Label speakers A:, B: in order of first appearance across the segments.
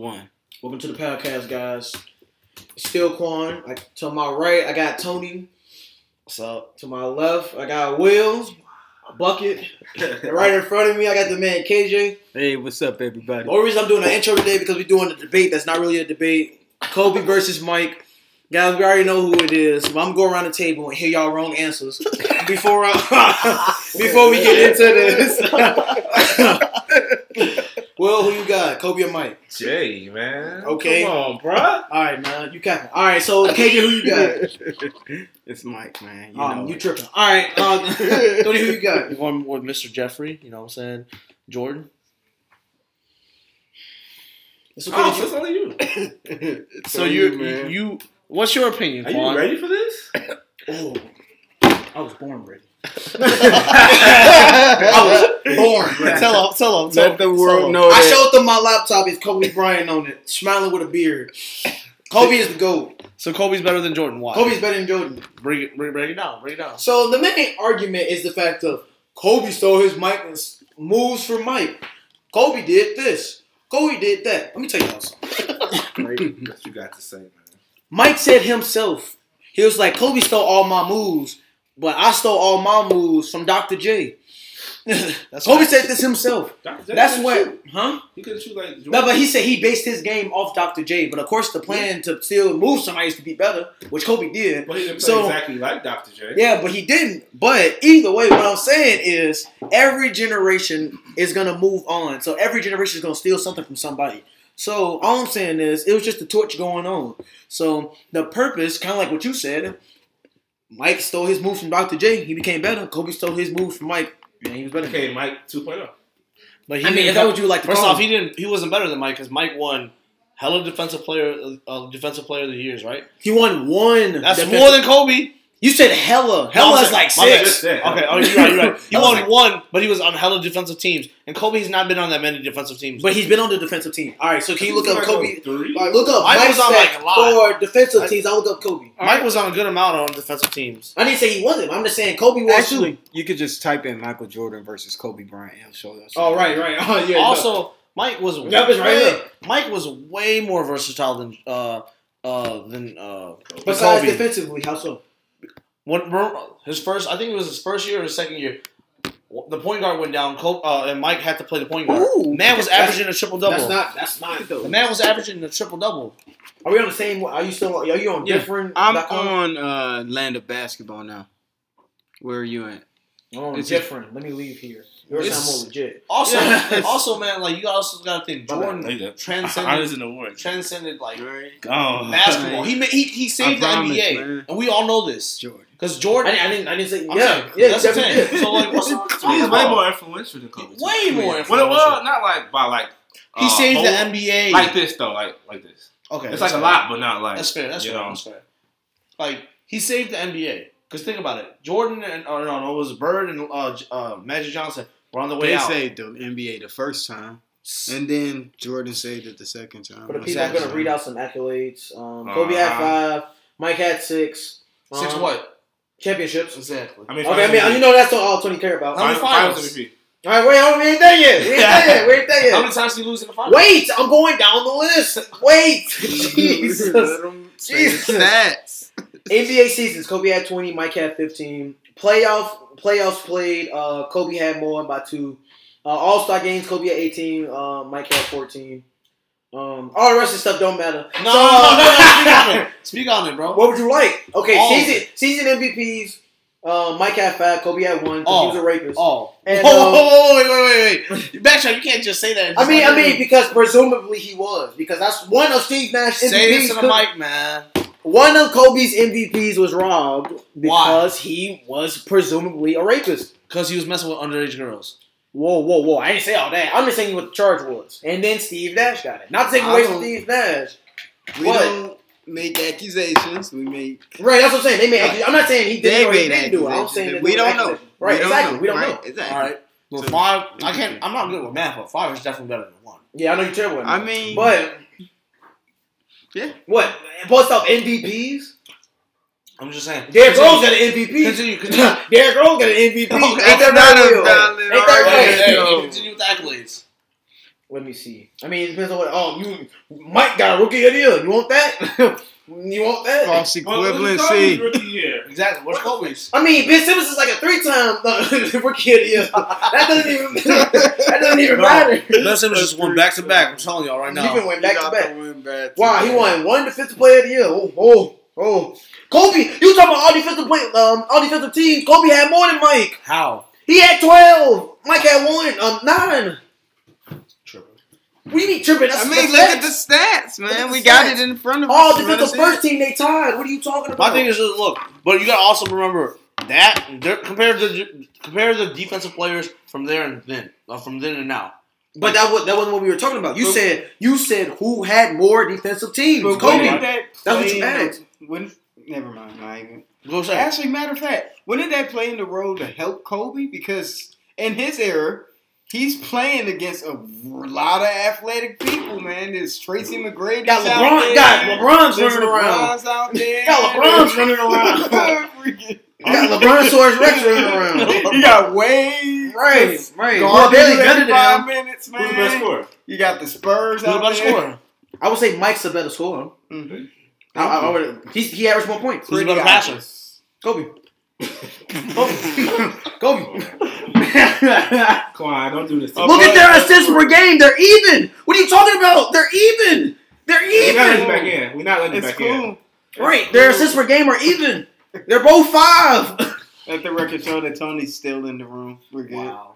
A: One.
B: Welcome to the podcast, guys. Still Quan. I, to my right, I got Tony.
A: What's up?
B: To my left, I got Will. Bucket. And right in front of me, I got the man KJ.
A: Hey, what's up, everybody?
B: The only reason I'm doing an intro today because we're doing a debate that's not really a debate. Kobe versus Mike. Guys, we already know who it is. But I'm going go around the table and hear y'all wrong answers before I, before we get into this. Will, who you got? Kobe or Mike?
C: Jay, man.
B: Okay.
C: Come on, bruh.
B: All right, man. You got. All right. So KJ, who you got?
A: it's Mike, man. You
B: You, um,
A: know
B: you
A: it.
B: tripping. All right, um, Tony, who you got?
D: One with Mr. Jeffrey, you know what I'm saying? Jordan.
B: It's okay
C: Oh,
B: that
C: it's
B: you-
C: only you.
A: It's
D: So
A: on
D: you, you,
A: man.
D: you, what's your opinion,
C: Are
D: Quan?
C: you ready for this?
B: Oh, I was born ready.
D: I
B: I was born
D: was-
B: ready.
D: tell him, tell him.
A: Let the world know
B: I
A: that.
B: showed them my laptop. It's Kobe Bryant on it, smiling with a beard. Kobe is the goat.
D: So Kobe's better than Jordan. Why?
B: Kobe's better than Jordan.
D: Bring it, bring, bring it down, bring it down.
B: So the main argument is the fact of Kobe stole his mic and s- moves from Mike. Kobe did this. Kobe did that. Let me tell y'all something.
C: Great. what you got to say, man.
B: Mike said himself, he was like, Kobe stole all my moves, but I stole all my moves from Dr. J.
D: That's
B: Kobe
D: fine.
B: said this himself.
C: Dr. J
B: That's
C: could've
B: what,
C: shoot.
B: huh?
C: He could shoot like
B: No, but he said he based his game off Dr. J. But of course, the plan to still move somebody is to be better, which Kobe did.
C: But he didn't play
B: So-
C: exactly like Dr. J.
B: Yeah, but he didn't. But either way, what I'm saying is every generation is gonna move on. So every generation is gonna steal something from somebody. So all I'm saying is it was just a torch going on. So the purpose, kind of like what you said, Mike stole his move from Dr. J. He became better. Kobe stole his move from Mike. Man, he was better.
C: Okay, Mike oh. 2.0.
D: But he
B: I mean,
D: didn't
B: if that
D: have-
B: what you would like to
D: first
B: call
D: off,
B: him.
D: he didn't. He wasn't better than Mike because Mike won hella defensive player, uh, defensive player of the years, right?
B: he won one.
D: That's
B: defensive-
D: more than Kobe.
B: you said. Hella,
D: No,
B: hella
D: I'm
B: is like
D: saying- my bad.
B: six.
C: Just that.
D: Okay, oh, you're right, you're right. He
B: I was
D: won
B: like-
D: one, but he was on hella defensive teams, and Kobe's not been on that many defensive teams.
B: But he's been on the defensive team. All right, so can you look up
C: Like
B: Kobe?
C: on Three.
B: Like, look up
D: Mike
B: Mike
D: was on,
B: stats
D: like, a lot.
B: for defensive
D: I-
B: teams. I look up Kobe.
D: Mike was on a good amount on defensive teams.
B: I didn't say he wasn't. I'm just saying Kobe was
A: Actually, you could just type in Michael Jordan versus Kobe Bryant. It'll show us.
B: Oh right, right. Oh yeah.
D: also, Mike was
B: Yep, it's right
D: way-
B: here.
D: Mike was way more versatile than uh uh than uh
B: Besides
D: Kobe.
B: defensively, how so?
D: When remember his first, I think it was his first year or his second year, the point guard went down, Col- uh, and Mike had to play the point guard.
B: Ooh.
D: man was
B: That's-
D: averaging a triple double.
B: That's not. That's not
D: The
B: though.
D: man was averaging a triple double.
B: Are we on the same? Are you still? Are you on
D: Yeah.
B: different?
A: I'm
B: dot com?
A: on uh, Land of Basketball now. Where are you at?
B: I'm on
A: It's
B: different. Let me leave here. Yours
D: It's-
B: sound more legit.
D: Also,
B: Yes.
D: also, man, like you also got to think
B: My bad.
D: Jordan
C: Honors
D: transcended,
C: in the award.
D: transcended like
C: Oh.
D: basketball. He ma- he he saved
A: promise,
D: the NBA,
A: man.
D: and we all know this
A: Jordan.
D: because
B: I
D: Jordan.
B: didn't. I didn't, I didn't say.
D: I'm
B: yeah,
D: saying,
B: yeah.
D: that's the
B: definitely
D: thing.
B: did.
D: So like, what's up?
C: He's way more influential than Kobe. too.
D: Way
C: Well,
D: more.
C: well,
D: influential.
C: not like by like.
D: he
C: uh,
D: saved
C: whole-
D: the NBA.
C: Like this though, like like this.
D: okay,
C: It's like
D: that's
C: a
D: fair.
C: lot, but not like.
D: That's fair. That's
C: you
D: fair.
C: know.
D: That's fair. Like he saved the NBA. Cause think about it, Jordan and or no, no, it was Bird and uh, J- uh, Magic Johnson were on the way
A: They
D: out.
A: saved the NBA the first time, and then Jordan saved it the second time.
B: For the
A: Or
B: people, I'm gonna
A: second
B: read
A: time.
B: out some accolades. Um, Kobe had
C: Uh-huh.
B: five. Mike had six. Um,
D: Six what
B: Championships.
D: exactly?
C: I mean,
B: Okay, I mean, you know that's all Tony care about.
D: How many
C: finals,
D: finals?
C: finals MVP.
B: All right, wait, hold on, we ain't there yet. We ain't there yet. We ain't there
D: How
B: yet.
D: many times did he lose in the finals?
B: Wait, I'm going down the list. Wait, Jesus.
A: Let 'em say
B: Jesus.
A: Stats.
B: NBA seasons: Kobe had 20, Mike had 15. Playoff playoffs played. Uh, Kobe had more by two. Uh, All Star games: Kobe had 18, uh, Mike had 14. Um, all the rest of the stuff don't matter.
D: No, no, no, no, speak on it. Speak on it, bro.
B: What would you like? Okay,
D: All of
B: season season MVPs. Uh, Mike had five. Kobe had one. 'cause He was a rapist.
D: Oh,
B: And,
D: whoa,
B: um,
D: whoa, whoa, wait, wait, wait, wait. Backtrack. You can't just say that.
B: I mean, I
D: Just-
B: mean, because presumably he was, because that's one of Steve Nash's MVPs.
D: say this to the
B: could-
D: mic, man.
B: One of Kobe's MVPs was robbed because he was presumably a rapist.
D: Cause he was messing with underage girls.
B: Whoa, whoa, whoa! I didn't say all that. I'm just saying what the charge was. And then Steve Nash got it. Not to take
A: I
B: away from
A: don't-
B: Steve Nash.
A: We
B: What?
A: don't make accusations. We make
B: Right, that's what I'm saying. They made. accusations. I'm not saying he did
A: they
B: or he
A: made
B: didn't do it. I'm
A: accusations.
B: saying that
A: we
B: they
A: don't
B: were
A: know.
B: accusations. Right, exactly. we don't
A: right,
B: know.
A: Exactly.
D: All right. Well,
A: So-
D: five. I can't. I'm not good with math, but five is definitely better than one.
B: Yeah, I know you're terrible. at
A: I
B: that.
A: mean,
B: but
A: Yeah.
B: what? Post off MVPs.
D: I'm just saying.
B: Derrick Rose
D: Continue.
B: got an MVP.
D: Continue. Continue.
B: Derrick Rose got an MVP.
A: Okay,
B: Ain't that
A: not
B: right,
A: a
B: Will?
A: valid
B: Ain't that
D: Hey,
B: right?
D: hey, hey,
A: Yo.
D: Continue with the accolades.
B: Let me see. I mean, it depends on what. Oh, you Mike got a rookie of the year. You want that? you want that?
A: False equivalency.
D: Exactly. What's always?
B: I mean, Ben Simmons is like a three-time uh, rookie of the year. That doesn't even that doesn't even
D: No.
B: matter.
D: Ben Simmons just won back to back. I'm telling y'all right
B: He
D: now.
B: been went back to back.
A: back.
B: Wow, he won one defensive player of the year. Oh, oh, oh. Kobe, you talking about all defensive play, um, all defensive teams? Kobe had more than Mike.
D: How?
B: He had twelve. Mike had one, um, nine.
D: Tripping.
B: We need tripping. That's,
A: I
B: that's
A: mean, look at the
B: facts.
A: stats,
B: Look at
A: man.
B: the
A: We got
B: stats.
A: it in front of
B: All
A: us.
B: defensive first team they tied. What are you talking about?
D: My thing is just look, but you gotta also remember that they're- compare the compare the defensive players from there and then, uh, from then and now.
B: but that was that wasn't what we were talking about. You said you said who had more defensive teams?
A: But
B: Kobe.
A: when did
C: that
B: That's what you
A: play-
B: asked.
A: When, never mind. Not even.
D: Go say.
A: Actually, matter of fact, when did that play in the role to help Kobe? Because in his era, he's playing against a lot of athletic people, man. There's Tracy McGrady.
B: Got
A: out
B: LeBron.
A: there.
B: Got LeBron's
A: There's
B: running around.
A: LeBron's out there.
B: Got LeBron's running around.
A: Freaking-
B: Got LeBron Soares Rex running around.
A: you got Wade.
B: Right, right. Well,
A: Garbage
B: Billy
A: every
B: Gunn
A: five
B: now.
A: minutes, man.
C: Who's the best scorer?
A: You got the Spurs
D: Who's the
A: out
D: better
A: there.
D: scorer?
B: I would say Mike's a better scorer.
A: Mhm.
B: I, I, I would, he, he averaged more points.
D: Who's the better
A: obvious.
D: passer?
B: Kobe. Kobe. Kobe.
C: Come on, don't do this. to
D: Oh,
C: me.
B: Look at their assists per game. They're even. What are you talking about? They're even. They're
C: We're not
B: even.
C: letting you back in. We're not letting you
A: It's
C: back in.
A: cool.
B: Right. Their assists per game are even. They're both five.
A: Let the record show that Tony's still in the room. We're good. Oh,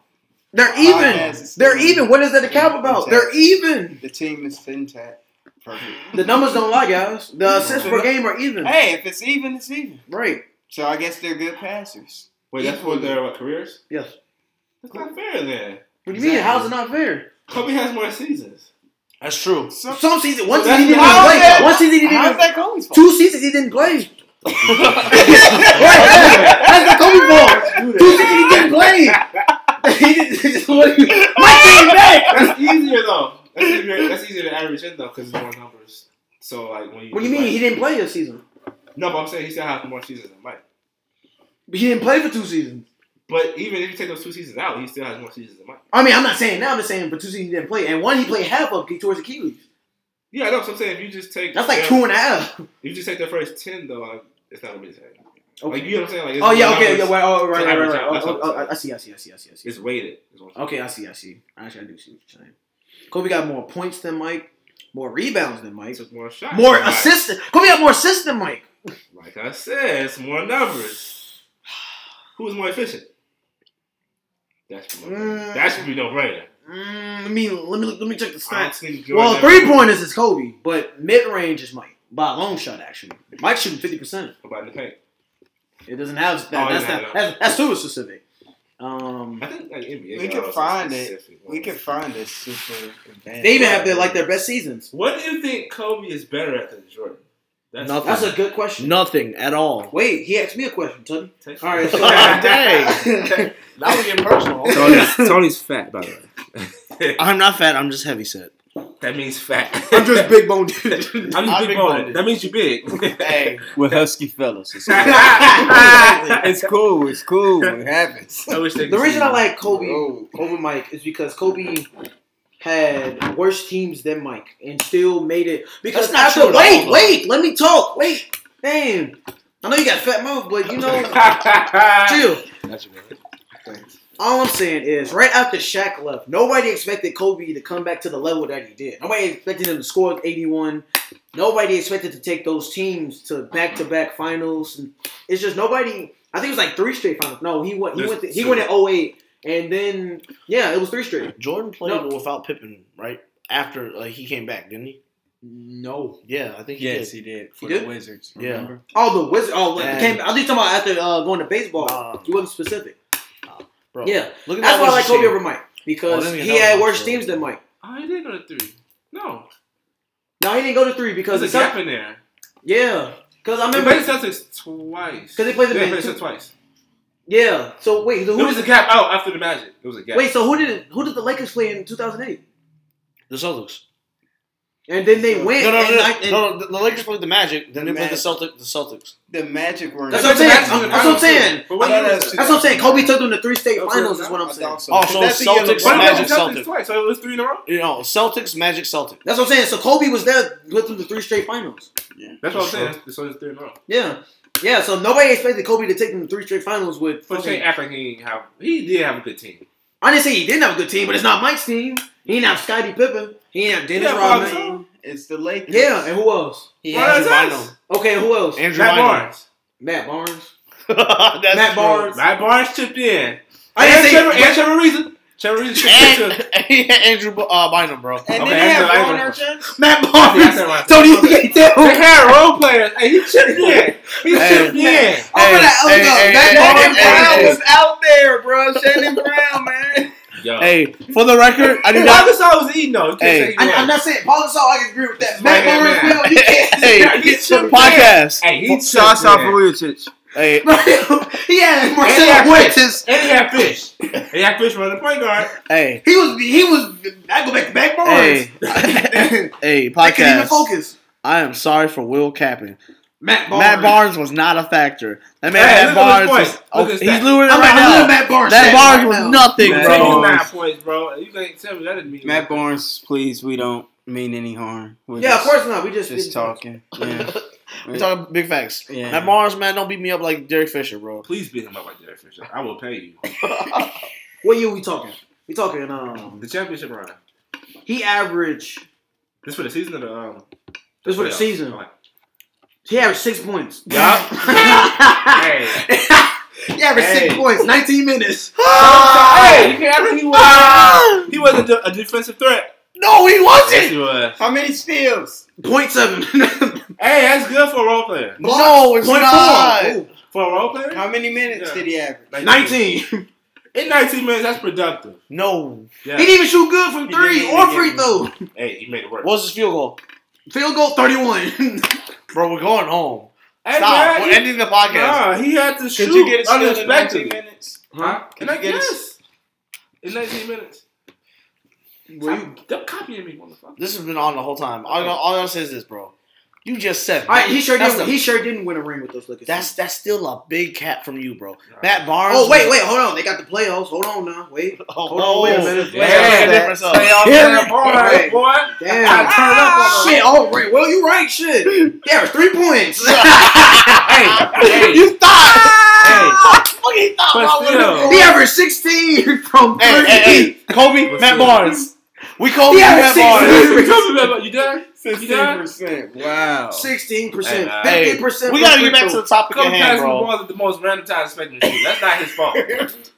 B: They're even. They're even. What is that a cap about? They're even.
A: The team is intact. Perfect.
B: The numbers don't lie, guys. The assists per game are even.
A: Hey, if it's even, it's even.
B: Right.
A: So I guess they're good passers.
C: Wait, that's what their what, careers?
B: Yes.
C: That's not fair then.
B: What do you mean? How's it not fair?
C: Kobe has more seasons.
D: That's true.
A: So,
B: Some season, one
C: So
B: season he didn't
A: that's-
B: play.
A: how's that-
B: One season he didn't.
A: how's
B: Even,
A: that Kobe's fault?
B: two seasons he didn't play.
D: That's
B: Right, that's, that's the Kobe ball. Two seasons he didn't play. he didn't. What do you, Mike came back.
C: That's easier though. That's easier, that's easier to average in though because it's more numbers. So like when you
B: What do you mean? He didn't play a season.
C: no, but I'm saying he still has more seasons than Mike.
B: But he didn't play for two seasons.
C: But even if you take those two seasons out, he still has more seasons than Mike.
B: I mean, I'm not saying now. I'm just saying for two seasons he didn't play, and one he played half of. He towards Achilles.
C: Yeah, I know. So I'm saying if you just take
B: That's like
C: their-
B: two and a half.
C: If you just take the first ten though, like, it's not gonna be the same. Like you know what I'm saying? Like it's
B: Oh yeah.
C: more
B: Okay. Yeah.
C: numbers.
B: Well, oh, right. Right. Right. right.
C: That's
B: Oh,
C: what I'm
B: oh,
C: saying.
B: I see. I see. I see. I see. I see.
C: It's weighted. is what I'm saying.
B: Okay, I see, I see. Actually, I do see what you're saying. Kobe got more points than Mike, more rebounds than Mike,
C: It's just more shots.
B: more
C: Like-
B: assists. Kobe got more assists than Mike.
C: Like I said, it's more numbers. Who's more efficient? That should be,
B: Mm.
C: that should be no brainer.
B: Mm, I mean, let me let me check the
C: I don't
B: stats.
C: think Jordan
B: Well,
C: ever-
B: three pointers is Kobe, but mid range is Mike by a long shot. Actually, Mike's shooting fifty percent.
C: About in the paint.
B: It doesn't have
C: Oh,
B: that. that's,
C: yeah,
B: not,
C: yeah.
B: that's that's super specific. Um,
C: I think like NBA.
A: We
C: got
A: can
C: all those
A: find it.
C: specific
A: We
C: ones.
A: can find this super advantage.
B: they even have their like their best seasons.
C: What do you think Kobe is better at than Jordan? That's
D: Nothing.
B: That's a good question.
D: Nothing at all.
B: Wait, he asked me a question, Tubby.
C: Take-
B: All right, so-
D: Dang. That was impersonal.
C: Tony's, Tony's fat, by the way.
D: I'm not fat. I'm just heavy set.
C: that means fat.
B: I'm just big boned.
C: I'm just
D: I'm
C: big
D: big
C: boned.
D: boned.
C: That means you big.
D: Hey,
A: with husky fellas. It's
C: I
A: cool. It's cool. It happens.
C: wish they
B: The
C: could
B: reason
C: see
B: I like Kobe
A: Oh.
B: over Mike is because Kobe had worse teams than Mike and still made it. Because
D: That's not
B: after
D: true at all,
B: wait,
D: though.
B: wait, let me talk. Wait, damn. I know you got fat mouth, but you know, chill.
A: Thanks.
B: All I'm saying is, right after Shaq left, nobody expected Kobe to come back to the level that he did. Nobody expected him to score 81. Nobody expected to take those teams to back-to-back finals. And it's just nobody. I think it was like three straight finals. No, he went. He
C: There's
B: went. To, he
C: two.
B: went in 08, and then yeah, it was three straight.
D: Jordan played
B: No.
D: without Pippen, right? After like he came back, didn't he?
B: No.
D: Yeah, I think he
A: Yes,
D: did.
A: he did. For
B: He did?
A: the Wizards.
D: Yeah.
A: Remember?
B: Oh, the Wizards. Oh, when
D: Dang.
B: it came. I think talking about after uh, going to baseball.
D: Nah.
B: he wasn't specific.
D: Bro,
B: Yeah,
D: look at
B: that's
D: that
B: why I like
D: Wizards
B: Kobe
D: team.
B: over Mike because
D: Oh, then
B: he
D: that
B: had
D: was
B: worse
D: true.
B: teams than Mike.
C: Oh, he did go to three. No,
B: No, he didn't go to three because
C: there's
B: the
C: a
B: Celt-
C: gap in there.
B: yeah, because I
C: They
B: remember
C: played the Celtics twice.
B: 'Cause they played the
C: they
B: Magic
C: played
B: too.
C: the Celtics twice.
B: Yeah. So wait, so
C: There
B: who
C: was
B: did
C: a gap out after the Magic. It was a gap.
B: wait? So who did who did the Lakers play in 2008?
D: The Celtics.
B: And then they
A: No,
B: went.
D: No, no,
B: and
D: no,
B: I- and-
D: no, no, The the Lakers played the Magic, then
A: The
D: they played the
A: Magic.
D: Celtic, the Celtics.
A: The Magic were.
B: That's what I'm saying. I'm- that's what I'm saying.
C: But what
A: I
C: year was
A: thought that
C: that?
B: That's what I'm saying. Kobe took them to three state
C: That's
B: finals.
C: what-
B: Is what I'm
A: I
B: saying.
A: thought so.
D: Also,
A: That's the yellow
D: Celtics,
A: ball.
C: But it
D: Magic,
C: was Celtics
D: Celtics.
C: twice, so it was three in a row.
D: You know, Celtics, Magic, Celtic.
B: That's what I'm saying. So Kobe was there with them to three straight finals.
C: That's what I'm saying. So it's three in a row.
B: Yeah, yeah. So nobody expected Kobe to take them to three straight finals with.
C: But you
B: fucking-
C: can't act like he didn't have. He did have a good team.
B: I didn't say he didn't have a good team, but it's not Mike's team. He didn't have Scottie Pippen. He didn't have Dennis
C: Yeah,
B: Rodman.
C: Robinson.
A: It's the Lakers.
B: Yeah, and who else? He
C: Well,
B: had
C: that's
B: Andrew
C: us.
B: Bynum. Okay, who else?
D: Andrew
C: Matt
D: Bynum.
C: Barnes.
B: Matt Barnes.
D: That's
B: Matt
D: true.
B: Barnes.
C: Matt Barnes chipped in.
B: I
C: and, Trevor,
B: didn't say.
C: and Trevor Reason. Trevor Reason chipped in too.
D: And, and Andrew B- uh, Bynum, bro.
A: And
C: Okay,
A: then they
C: that's
A: have
C: the- that's
A: Ron
C: the-
A: Artest.
B: Matt
C: That's
B: Barnes.
C: it right there.
B: Tony Yates.
C: They had role players. Hey, he chipped in. He
D: Hey.
C: chipped in.
B: Over that, over
D: Hey,
B: that.
D: hey,
B: Matt
D: hey,
B: Barnes,
D: hey, hey,
B: Brown
D: hey.
B: was
A: out there, bro. Shannon Brown, man.
C: Yo.
D: Hey, for the record, I
C: Hey,
D: did
C: I
D: not.
C: just saw I was eating though. You can't
D: Hey.
C: say he
B: I, I'm
C: wasn't.
B: not saying Paul Gasol. I can agree with that. Matt
C: Right-hand
B: Barnes,
C: man.
B: no, you can't.
D: Hey,
A: He chipped in.
D: podcast.
C: Hey, he chipped
A: Shots off
C: in.
A: Vujicic.
D: Hey,
B: he had
C: And he
B: Marcelo
C: had
B: Fuentes.
C: And he had fish. he had fish running point guard.
D: hey,
B: He was. He was. I go back to Matt Barnes.
D: hey,
B: They
D: hey,
B: couldn't even
D: podcast.
B: focus.
D: I am sorry for Will Capping.
B: Matt Barnes.
D: Matt Barnes was not a factor. That man,
C: Hey,
D: Matt
C: look at his
D: Barnes, was,
C: points. Look at
D: oh,
C: his
D: he's
C: stats.
D: losing it
B: I'm
D: right
B: like, I love
D: now.
B: Matt Barnes.
D: That
B: Matt
D: Barnes was
B: now.
D: nothing,
A: Matt
D: bro.
A: Barnes.
C: Nine points, bro. You can't tell me that didn't mean
A: Matt Barnes, please, we don't mean any harm. We're
B: Yeah, of
A: just-
B: course not. We just
A: Just talking. Yeah.
D: We talking big facts.
A: Yeah.
D: Matt Barnes, man, don't beat me up like Derek Fisher, bro.
C: Please beat him up like Derek Fisher. I will pay you.
B: What year we talking? We talking. Um,
C: The championship round.
B: he averaged.
C: This for the season or the um.
B: This for the
C: playoffs?
B: season.
C: Okay.
B: He averaged six points.
C: Yeah. hey.
B: he averaged six
C: Hey.
B: points, nineteen minutes.
C: hey, you can't act like he was. he wasn't a, a defensive threat.
D: No, he
C: Ah! Yes,
D: wasn't.
C: he was.
A: How many steals?
B: Point seven.
C: Hey, that's good for a role player.
D: No, it's
B: Point
D: not.
B: four.
C: For a role player,
A: How many minutes did he average?
B: Ooh, Nineteen.
C: In 19 minutes, that's productive.
D: No.
C: Yeah.
B: He didn't even shoot good from
C: He
B: three
C: didn't
B: or
C: even
B: free
C: get-
B: throw.
C: hey, he made it work.
D: What was his field goal?
B: Field goal thirty-one.
D: Bro, we're going home.
C: hey,
D: Stop.
C: man,
D: we're
C: he-
D: ending the podcast.
C: Nah, he had to shoot
A: Could you get a steal in 19
C: unexpectedly.
A: minutes?
C: Huh?
A: Could
C: And I
A: you get a-
C: guess. In 19 minutes.
B: Were you-
C: Stop copying me, motherfucker.
D: This has been on the whole time. All, I- all I say is this, bro. You just said.
B: All right, he sure
D: that's
B: didn't.
D: the-
B: He sure didn't win a ring with those Lakers.
D: That's that's still a big cap from you, bro.
C: Nah.
D: Matt Barnes.
B: Oh wait,
D: was-
B: wait, hold on. They got the playoffs. Hold on now. Wait.
D: Hold
B: on, wait a minute.
D: Yeah,
A: Yeah,
D: different stuff.
B: Hey.
C: Matt Barnes, boy.
B: Damn.
C: I
B: Shit. All
D: oh.
B: right. Well, you right. Shit. Yeah, it was three points.
C: Hey, hey,
D: You thought. Hey. Fucking
C: But
D: thought.
C: still.
D: About
B: he averaged sixteen from three.
D: hey, hey, hey, Kobe,
C: What's
D: Matt
C: up?
D: Barnes. We Kobe,
B: He
D: Matt
B: averaged
D: Barnes.
C: You coming back, but You done? You done?
A: 16%. Wow.
B: Sixteen percent,
C: Hey, hey.
B: fifteen percent.
D: We gotta get back to the topic
C: Come
D: at hand,
C: past the
D: bro.
C: balls at the most random time expecting to shoot. That's not his fault.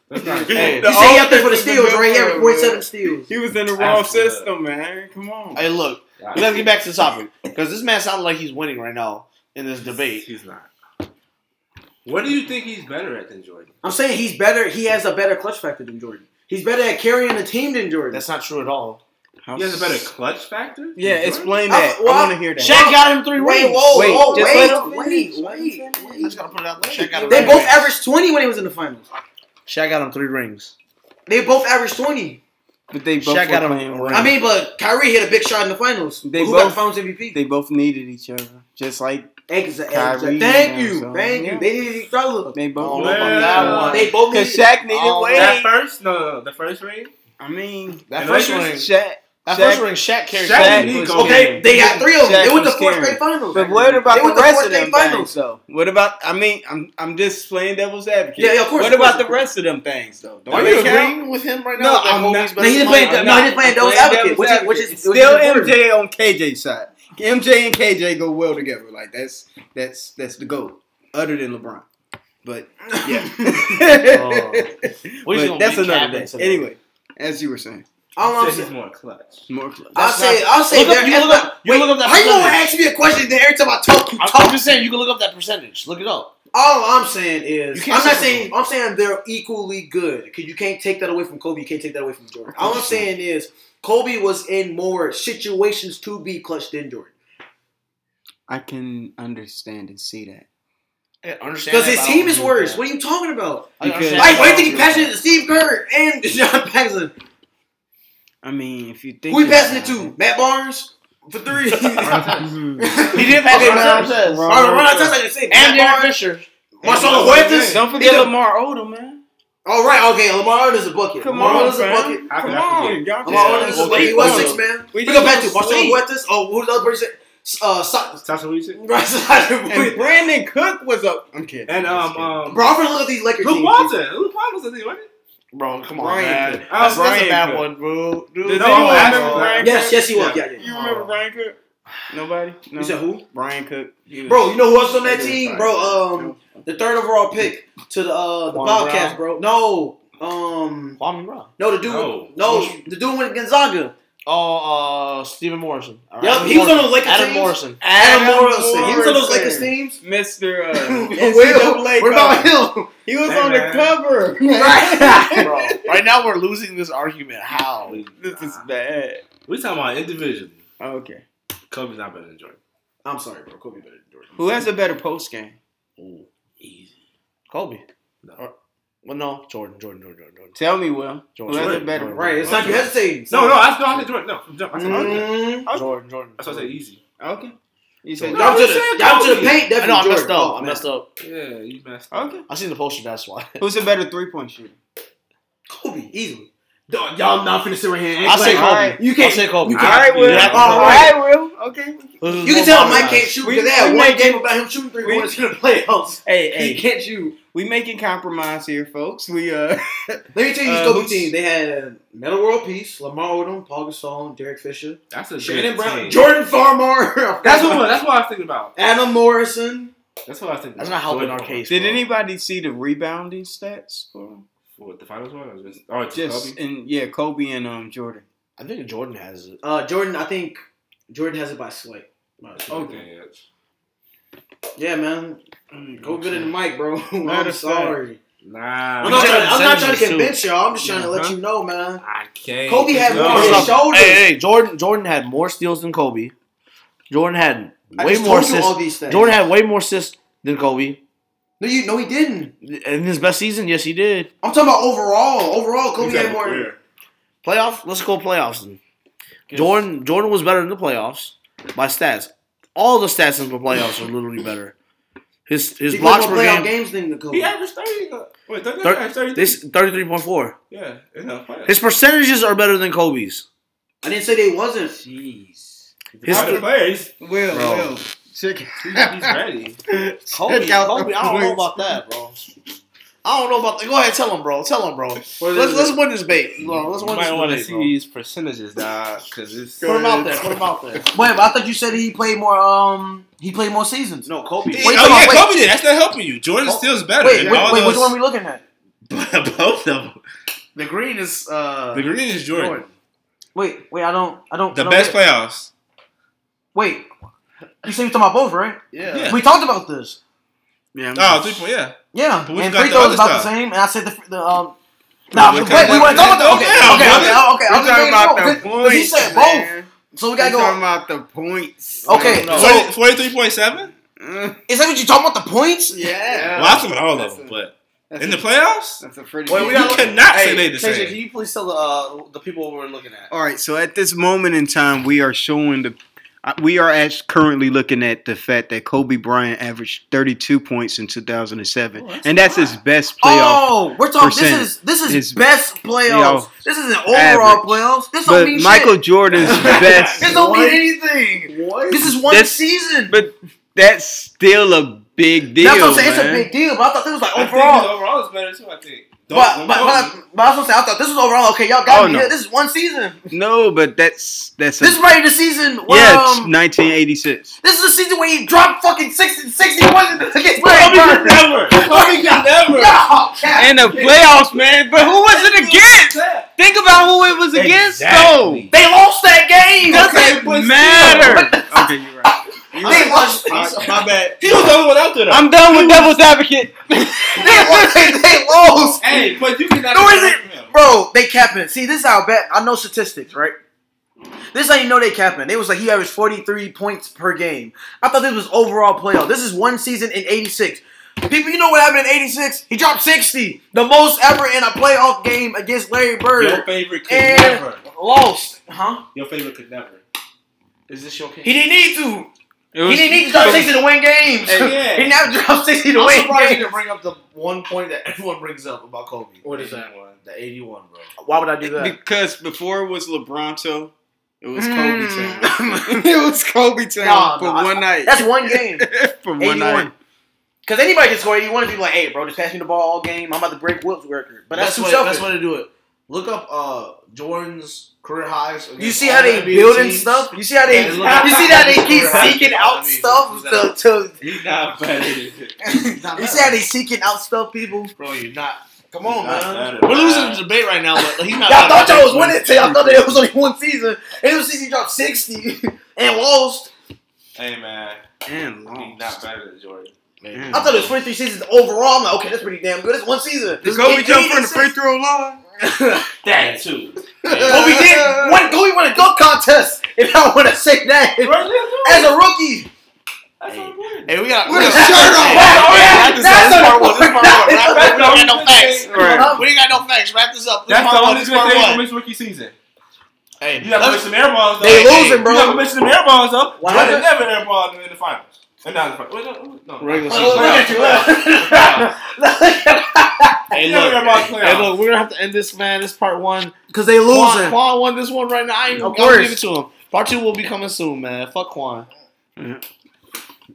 C: That's not his
D: Hey.
C: fault.
B: You say he up there for the steals, right? He averaged point seven
A: He
B: steals.
A: was in the
C: wrong
A: wrong
C: Absolutely.
A: system,
C: system,
A: man. Come on.
D: Hey, look, we gotta get back to the topic because this man sounds like he's winning right now in this debate.
C: He's not. What do you think he's better at than Jordan?
B: I'm saying he's better. He has a better clutch factor than Jordan. He's better at carrying a team than Jordan.
D: That's not true at all.
C: He has a better clutch factor?
A: Yeah,
C: than Jordan?
A: explain
B: I-
A: that. I,
B: well,
A: want to hear that.
D: Shaq got him three
B: wait,
D: rings.
B: whoa,
A: Wait,
B: whoa,
A: just
B: wait,
A: let him
B: wait,
A: finish. Let
B: wait,
A: him
B: wait,
D: I just gotta put it out there. Shaq got him.
B: They
D: three
B: both
D: rings.
B: averaged twenty when he was in the finals.
D: Shaq got him three rings.
B: They both averaged twenty.
A: But they both
D: Shaq
A: were
D: got him
A: playing
D: a
A: well.
D: ring.
B: I mean, but Kyrie hit a big shot in the finals.
A: They
B: Who
A: both-
B: got the finals MVP?
A: they both needed each other, just like
B: Exactly. Thank
A: Kyrie, yeah,
B: you,
A: so,
B: thank
A: yeah.
B: you. They needed each other.
A: they both.
D: Oh,
C: Well,
D: on that one.
B: They both
A: Because
B: needed.
A: Shaq needed
D: Oh,
A: Wade.
C: That first? No, no, no, the first ring?
A: I mean,
D: That
C: And
D: first
C: Lakers-
D: ring.
A: Shaq.
D: That
A: Shaq-
D: first ring, Shaq carried.
C: Shaq
D: Kobe.
C: and
A: was-
C: Nico.
B: Okay, they got three of them.
A: Shaq
B: They went to
A: was
B: fourth
A: carrying.
B: grade finals.
A: But what about
B: They
A: the
B: went to
A: rest
B: fourth
A: of them
B: day finals,
A: things, though? What about? I mean, I'm I'm just playing devil's advocate.
B: Yeah, yeah, of course,
A: What
B: of course,
A: about
B: of
A: the rest of them things, though? Don't
D: Are
A: they
D: you
A: count?
D: agreeing with him right now?
A: No,
D: that
A: I'm
D: Kobe's
A: not.
B: No,
D: better
B: he
D: than
B: didn't play.
D: Mike?
A: I'm
B: No, he
A: not-
B: didn't play
A: I'm
B: devil's
A: playing
B: advocate,
A: devil's
B: which is which
A: advocate.
B: is
A: It's still MJ on KJ side. MJ and KJ go well together. Like that's that's that's the goal. Other than LeBron, but yeah,
D: We're just
A: but
D: gonna
A: that's
D: be
A: another
D: capping
A: day.
D: today.
A: Anyway, as you were saying,
B: All I'm
C: Said he's
B: saying.
C: more clutch.
A: more clutch.
B: I'll
D: That's
B: say,
D: not-
B: I'll say,
D: Look up-
B: there-
D: you look up- you
B: wait,
D: look up that
B: How you gonna
D: percentage.
B: ask me a question? Then every time I talk, you
D: I'm,
B: talk.
D: I'm just saying, you can look up that percentage. Look it up.
B: All I'm saying is,
D: You
B: I'm
D: can't
B: not
D: say
B: saying I'm saying they're equally good because you can't take that away from Kobe. You can't take that away from Jordan. All I'm saying is, Kobe was in more situations to be clutch than Jordan
A: I can understand and see that.
D: I understand
B: because
D: that,
B: his
D: but I
B: team
D: don't
B: is
D: agree
B: worse.
D: with
B: What are you talking about?
D: that. I
A: Because-
D: understand
B: Like,
D: that,
B: why do you
D: but I
B: think he
D: don't
B: passed
D: agree
B: it to Steve Kerr and John Paxson?
A: I mean, if you think
B: Who he passing it
A: about
B: to? Matt Barnes,
E: for three.
D: He didn't pass it
B: Ron
D: to Ron
E: Ron Artest, I just said.
D: And Derek
E: Lamar-
D: Fisher.
E: Marcelo
A: Hey,
E: Huertas.
A: don't forget
E: He-
A: Lamar Odom, man.
B: All Oh, right, okay. Lamar Odom is a bucket.
A: Come
B: Lamar
A: on,
B: Odom is a
A: man.
B: bucket.
C: How
A: Come
C: could I
A: on,
C: forget?
A: y'all
B: Lamar
A: can't-
B: Odom is
E: Well,
B: a bucket.
E: we-
B: He was
E: well,
B: six man.
A: we
B: We go
A: just
B: back to Marcelo
A: sleep.
B: Huertas. Oh, who's the other person? S- Uh, so-
C: Sasha
A: And Brandon Cook was up. I'm kidding.
C: And um um
B: Bro, I'm gonna look at these Lakers.
C: Luke
B: teams.
C: Walton. Luke Walton was the team, wasn't
D: Bro, come on,
B: Brian
D: man.
B: Cook.
C: I was
D: That's, that's a
A: Brian
D: bad
A: Cook.
D: one, bro. Dude,
C: Did
D: no,
C: anyone
D: I'm
C: remember
D: sorry.
C: Brian
B: Yes, yes, he was. Yeah, yeah.
A: You remember Brian Cook? Nobody? No.
B: You said who?
A: Brian Cook. He was-
B: Bro, you know who else on that
A: They did
B: team,
A: fire.
B: bro? Um, the third overall pick to the uh the
D: Juan
B: Bobcats, bro. No, um,
D: Kwame Brown.
B: no, the dude,
C: No.
B: no, the dude with Gonzaga.
D: Oh, uh, Stephen Morrison. All
B: Yup,
D: Adam
B: he was on
D: Morrison.
B: the Lakers
D: Adam
B: teams.
D: Morrison.
B: Adam,
A: Adam
B: Morrison. He was on those
A: Morrison.
B: Lakers teams.
A: Mr. Uh,
B: Will,
A: NCAA
B: what about
A: cover.
B: him?
A: He was
C: Hey,
A: on
C: man.
A: the cover.
D: Bro, right now we're losing this argument. How?
C: it?
A: This is bad.
C: We talking about individually.
A: Okay.
C: Kobe's not better than Jordan.
B: I'm sorry, bro. Kobe better than Jordan.
A: Who has a better post game?
C: Easy.
D: Kobe.
C: No.
D: Well, no, Jordan, Jordan, Jordan, Jordan, Jordan.
A: Tell me, Will.
D: Jordan,
A: Who has a
D: Jordan,
A: better-
D: Jordan,
B: Right, it's not you hesitating. It's
C: No,
B: not-
C: no, I no, I said Jordan. No, I'm jumping. I said Jordan.
B: Mm.
D: Jordan, Jordan.
C: That's why I said easy.
A: Okay. You said
D: No,
B: Down to
C: you
B: the
C: said
B: down to the
C: Kobe.
B: paint.
D: I
B: Definitely
D: know, I
B: Jordan.
D: messed up.
B: Oh,
D: I
B: man.
D: messed up.
C: Yeah, you messed up.
A: Okay.
D: I seen the poster, that's why.
A: Who's a better three point shooter?
B: Kobe easily. Dog, Y'all not finna sit right here. and
D: I say
B: play.
A: all
D: Kobe.
A: right.
B: You
D: I
B: can't.
D: say Kobe.
B: you
A: All
B: can't-
A: right, Will.
D: You have to-
A: All right, Will. Okay.
B: You can tell Mike can't shoot
A: We-
B: because they had
A: we
B: one
A: make-
B: game about him shooting three
A: we-
B: pointers in the playoffs.
A: Hey,
B: He
A: hey.
B: can't shoot.
A: We making compromise here, folks. We uh.
B: Let me tell you
A: Uh,
B: these Kobe
A: who's-
B: team. They had Metal World Peace, Lamar Odom, Paul Gasol, Derek Fisher,
C: That's a
B: Shannon
C: good
B: Brown,
C: team.
B: Jordan Farmar,
C: That's what. That's what I was thinking about.
B: Adam Morrison.
C: That's what I was thinking.
D: That's
C: about.
D: not helping
C: Jordan
D: our case.
A: Did
D: bro.
A: anybody see the rebounding stats? For him?
C: For the finals one, or just, oh, or just,
A: Just
C: Kobe?
A: and yeah, Kobe and um Jordan.
D: I think Jordan has it.
B: Uh, Jordan, I think Jordan has it by slight.
C: Okay. yeah.
B: Yeah, man. Go get in the mic, bro.
A: Matter
B: I'm
A: of
B: sorry.
C: Nah.
B: I'm not,
D: Jordan
B: trying, I'm not trying
D: Simmons,
B: to
D: too.
B: convince y'all. I'm just trying to let
C: Uh-huh.
B: you know, man.
C: I can't.
B: Kobe had
C: No.
B: more
D: Hold
B: his
D: up.
B: Oh, shoulders.
D: Hey, hey, Jordan. Jordan had more steals than Kobe. Jordan had
B: I
D: way
B: just
D: more
B: told you all
D: assists.
B: these things.
D: Jordan had way more assists than Kobe
B: no, you, no, he didn't.
D: in his best season. Yes, he did.
B: I'm talking about overall. Overall, Kobe
C: Exactly.
B: had more.
C: Where?
D: Playoffs. Let's go playoffs. Then. Jordan. Jordan was better in the playoffs by stats. All the stats in the playoffs are literally better. His his
B: He played
D: blocks
B: more
D: per
B: playoff
D: game.
B: games than the Kobe.
C: He averaged thirty. uh, Wait, thirty.
D: Thir-
C: averaged thirty.
D: This thirty three point four.
C: yeah, in the playoffs.
D: His percentages are better than Kobe's.
B: I didn't say they wasn't.
C: Jeez.
D: His-
C: He's a player. He's,
A: Will,
D: Bro.
A: Will, check.
C: he's ready.
D: Kobe,
A: Check out
D: Kobe,
A: the
D: I don't know
A: points.
D: about that, bro. I don't know about that. Go ahead, tell him, bro. Tell him, bro. Let's
B: Or the-
D: let's win this bait. Bro, let's
C: You
D: win
C: might
D: this
C: want to
D: debate,
C: see
D: bro.
C: these percentages, dog, because it's.
D: Put him out there. Put him out there.
B: Wait, but I thought you said he played more. Um, he played more seasons.
D: No, Kobe.
C: He-
B: Wait,
C: oh
B: come on,
C: yeah,
B: wait.
C: Kobe did. That's not helping you. Jordan
B: Kobe-
C: still is better.
B: wait,
C: than
B: wait, wait,
C: all
B: which
C: those-
B: one are we looking at?
C: both of them.
D: The green is uh
C: The green is Jordan.
B: Wait, wait, I don't, I don't.
C: The
B: I don't
C: best
B: get-
C: playoffs.
B: Wait, you said you talking about both, right?
D: Yeah.
C: Yeah.
B: We talked about this.
A: Yeah, I'm-
C: Oh, three point. Yeah.
B: Yeah,
C: But we
B: and
C: got
B: free
C: the
B: throws is
C: other
B: about
C: stuff.
B: the same. And I said the, the um. Nah,
C: we're
B: but
C: talking
B: wait, we want to talk
C: about-
B: about that. Okay,
C: Yeah,
B: okay, okay, okay.
C: brother.
A: We're
B: I'm just
A: talking about the
B: making sure, 'cause He
A: points.
B: said both,
A: man.
B: so we
A: We're
B: gotta
A: talking
B: go.
A: about the points.
B: Okay,
A: man.
B: so-
C: Forty-three point seven.
A: Mm,
B: Is that what you talking about? The points?
A: yeah.
C: Well, I think all
A: That's
C: of them,
A: a-
C: but
A: That's
C: in
A: a-
C: the playoffs,
A: That's a pretty.
D: Wait, we
C: you
D: gotta look-
C: cannot
D: Hey,
C: say they the
D: Tasia,
C: same.
D: Can you please tell the uh, the people what we're looking at?
A: All right, so at this moment in time, we are showing the. uh, We are actually currently looking at the fact that Kobe Bryant averaged 32 points in 2007,
C: Oh, that's
A: and that's
C: a lot.
A: his best playoff.
B: Oh, we're talking.
A: percent.
B: This is this is
A: His-
B: best playoffs.
A: playoff
B: this is an overall
A: average.
B: playoffs. This don't
A: but
B: mean
A: Michael
B: shit.
A: Jordan's best.
B: This don't mean
D: What?
B: anything.
D: What?
B: This is one
A: That's-
B: season.
A: But that's still a big deal,
B: That's what I'm saying.
A: man.
B: It's a big deal. But I thought this was like
C: I think
B: overall.
C: his overall is better too. I think.
B: But, but, but, but I was gonna say I thought this was overall. Okay, y'all got
A: Oh,
B: me.
A: no.
B: here. This is one season.
A: No, but that's that's
B: This is
A: a,
B: probably the season where
A: yeah, it's
B: um,
A: 1986.
B: this is the season where he dropped fucking 60, 60 points against Larry
C: Kobe
B: Bird.
C: never. Kobe never.
B: Y'all cap.
A: And the playoffs, man. But who was it against? Think about who it was against,
C: Exactly.
B: they lost that game.
A: though.
B: Okay.
A: Doesn't matter. Okay, you're right.
B: They
A: You're right.
B: lost.
A: My bad.
C: He was the only one out there. Though.
A: I'm done with devil's advocate.
B: They lost. They lost.
C: hey, but you cannot.
B: No, is it, bro? They capping. See, this is how bad. I know statistics, right? This is how you know they capping. They was like he averaged forty three points per game. I thought this was overall playoff. This is one season in eighty six. People, you know what happened in eighty six? He dropped sixty, the most ever in a playoff game against Larry Bird,
C: Your favorite could
B: And-
C: never.
B: lost, huh?
C: Your favorite could never. Is this your
B: He
C: case?
B: didn't need to.
E: It
B: He didn't need to drop sixty to win games.
C: Hey,
A: yeah.
B: he didn't have to drop sixty to
E: I'm
B: win
E: surprised you
B: games.
E: didn't bring up the one point that everyone brings up about Kobe.
B: What is that?
E: 81. The 81, bro.
B: Why would I do that?
A: Because before it was LeBronto, it was Kobe
B: Mm.
A: time. it was Kobe time
B: Nah,
A: for
B: nah,
A: one night.
B: That's one game.
A: for one night.
B: Eighty-one. Because anybody can score 81 and be like, hey, bro, just pass me the ball all game. I'm about to break Wilt's record. But that's,
E: that's
B: too
E: what,
B: selfish.
E: that's what they do it. Look up uh, Jordan's career highs.
B: you
E: against
B: see
E: all
B: how they
E: NBA
B: building
E: teams.
B: stuff? You see how they
E: Yeah,
B: you see
E: look at-
B: how they keep
E: look at-
B: seeking out
E: I mean,
B: stuff to,
E: exactly.
B: to
C: He's not bad at it.
B: You see how they seeking out stuff people?
E: Bro, you're not.
B: Come on,
C: He's not
B: man.
C: bad at
E: We're losing
C: it.
E: the debate right now, but he's not.
B: Y'all thought
E: bad at
B: y'all
E: it.
B: was winning till y'all thought that it was only one season. And it was season dropped 60 and lost.
C: Hey man,
D: And
C: he's
D: long.
C: not better than Jordan.
B: I
E: Mm.
B: thought it was 43 seasons overall. I'm like, okay, that's pretty damn good. That's one season.
A: Did Kobe
B: It-
A: jump
B: it-
A: from the free throw line?
C: That too.
B: Kobe did one. Kobe won a dunk contest. If y'all want to say that, as a rookie.
E: Hey, we got.
A: With
E: we
A: a
E: got-
A: shirt on.
B: Yeah,
E: Wrap this
B: that's
E: up. This
B: a-
E: part one. This part one. Wrap this up. We don't got no facts.
D: Right.
E: We ain't got no facts. Wrap this up. This
C: That's
E: part
C: the
E: one.
C: only
E: This
C: good
E: part
C: thing from
E: one.
C: his rookie season.
E: Hey,
C: You gotta miss some air balls though.
B: They
C: Hey,
B: losing, bro.
C: You gotta miss some air balls though.
B: Why
C: Jordan
B: not?
C: never air balled in the finals. And not in the finals. No, no.
D: Regular
B: Oh,
D: season.
B: look at you,
C: He
D: Hey,
C: never
D: look.
C: air balled in the
D: Hey,
C: playoffs.
D: look, we're gonna have to end this, man. This part one.
B: Because they
D: Quan,
B: losing.
D: Quan won this one right now. I ain't
B: Of
D: gonna I'll
B: course.
D: give it to him. Part two will be coming soon, man. Fuck Quan.